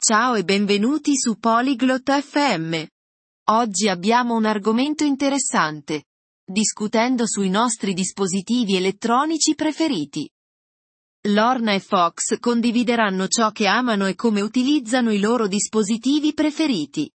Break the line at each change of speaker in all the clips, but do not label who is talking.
Ciao e benvenuti su Polyglot FM. Oggi abbiamo un argomento interessante. Discutendo sui nostri dispositivi elettronici preferiti. Lorna e Fox condivideranno ciò che amano e come utilizzano i loro dispositivi preferiti.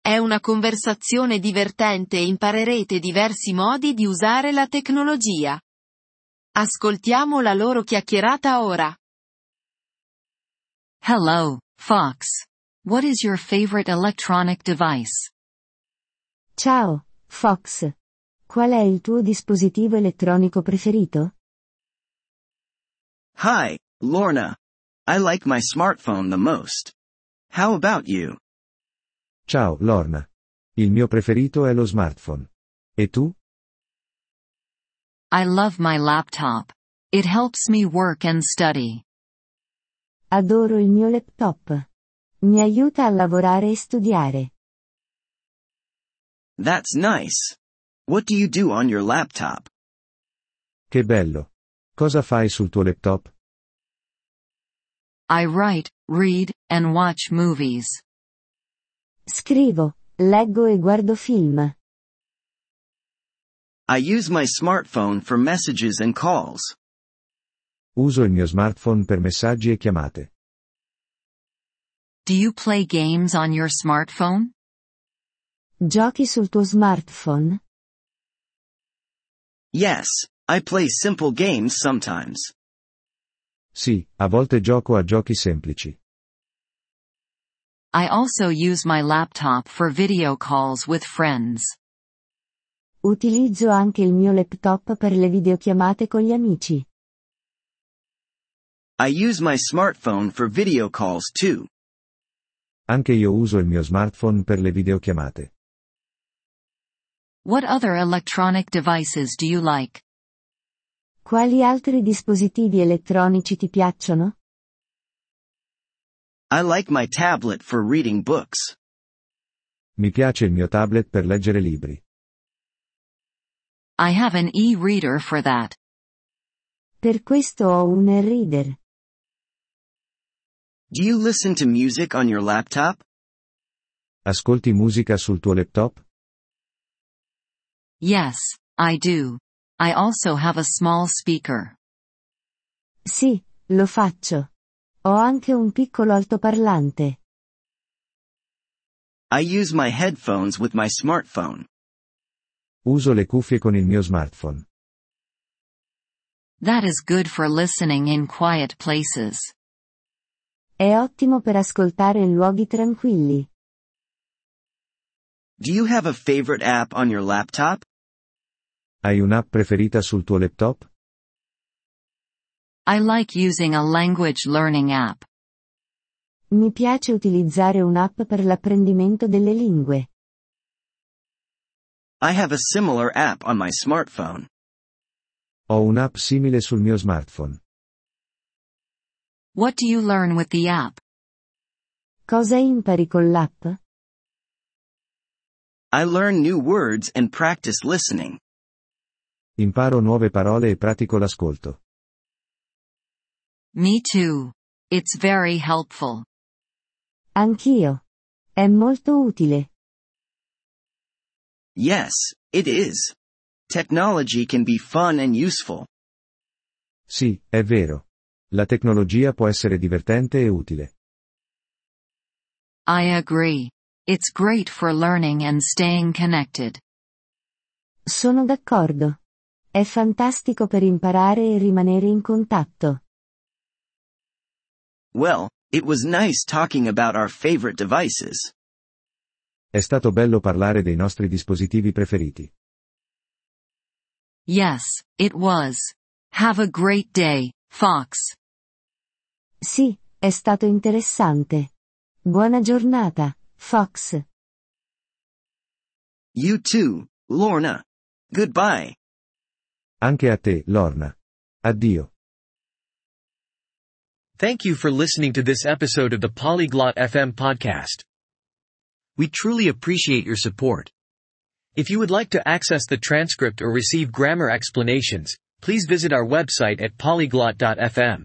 È una conversazione divertente e imparerete diversi modi di usare la tecnologia. Ascoltiamo la loro chiacchierata ora.
Hello, Fox. What is your favorite electronic device?
Ciao, Fox. Qual è il tuo dispositivo elettronico preferito?
Hi, Lorna. I like my smartphone the most. How about you?
Ciao, Lorna. Il mio preferito è lo smartphone. E tu?
I love my laptop. It helps me work and study.
Adoro il mio laptop. Mi aiuta a lavorare e studiare.
That's nice. What do you do on your laptop?
Che bello. Cosa fai sul tuo laptop?
I write, read, and watch movies.
Scrivo, leggo e guardo film.
I use my smartphone for messages and calls.
Uso il mio smartphone per messaggi e chiamate.
Do you play games on your smartphone?
Giochi sul tuo smartphone?
Yes, I play simple games sometimes.
Sì, a volte gioco a giochi semplici.
I also use my laptop for video calls with friends.
Utilizzo anche il mio laptop per le videochiamate con gli amici.
I use my smartphone for video calls too.
Anche io uso il mio smartphone per le videochiamate.
What other electronic devices do you like?
Quali altri dispositivi elettronici ti piacciono?
I like my tablet for reading books.
Mi piace il mio tablet per leggere libri.
I have an e-reader for that.
Per questo ho un e-reader.
Do you listen to music on your laptop?
Ascolti musica sul tuo laptop?
Yes, I do. I also have a small speaker.
Sì, lo faccio. Ho anche un piccolo altoparlante.
I use my headphones with my smartphone.
Uso le cuffie con il mio smartphone.
That is good for listening in quiet places.
È ottimo per ascoltare in luoghi tranquilli.
Do you have a favorite app on your laptop?
Hai un'app preferita sul tuo laptop?
I like using a language learning app.
Mi piace utilizzare un'app per l'apprendimento delle lingue.
I have a similar app on my smartphone.
Ho un'app simile sul mio smartphone.
What do you learn with the app?
Cosa impari con l'app?
I learn new words and practice listening.
Imparo nuove parole e pratico l'ascolto.
Me too. It's very helpful.
Anch'io. È molto utile.
Yes, it is. Technology can be fun and useful.
Sì, è vero. La tecnologia può essere divertente e utile.
I agree. It's great for learning and staying connected.
Sono d'accordo. È fantastico per imparare e rimanere in contatto.
Well, it was nice talking about our favorite devices.
È stato bello parlare dei nostri dispositivi preferiti.
Yes, it was. Have a great day, Fox.
Sì, è stato interessante. Buona giornata, Fox.
You too, Lorna. Goodbye.
Anche a te, Lorna. Addio.
Thank you for listening to this episode of the Polyglot FM podcast. We truly appreciate your support. If you would like to access the transcript or receive grammar explanations, please visit our website at polyglot.fm.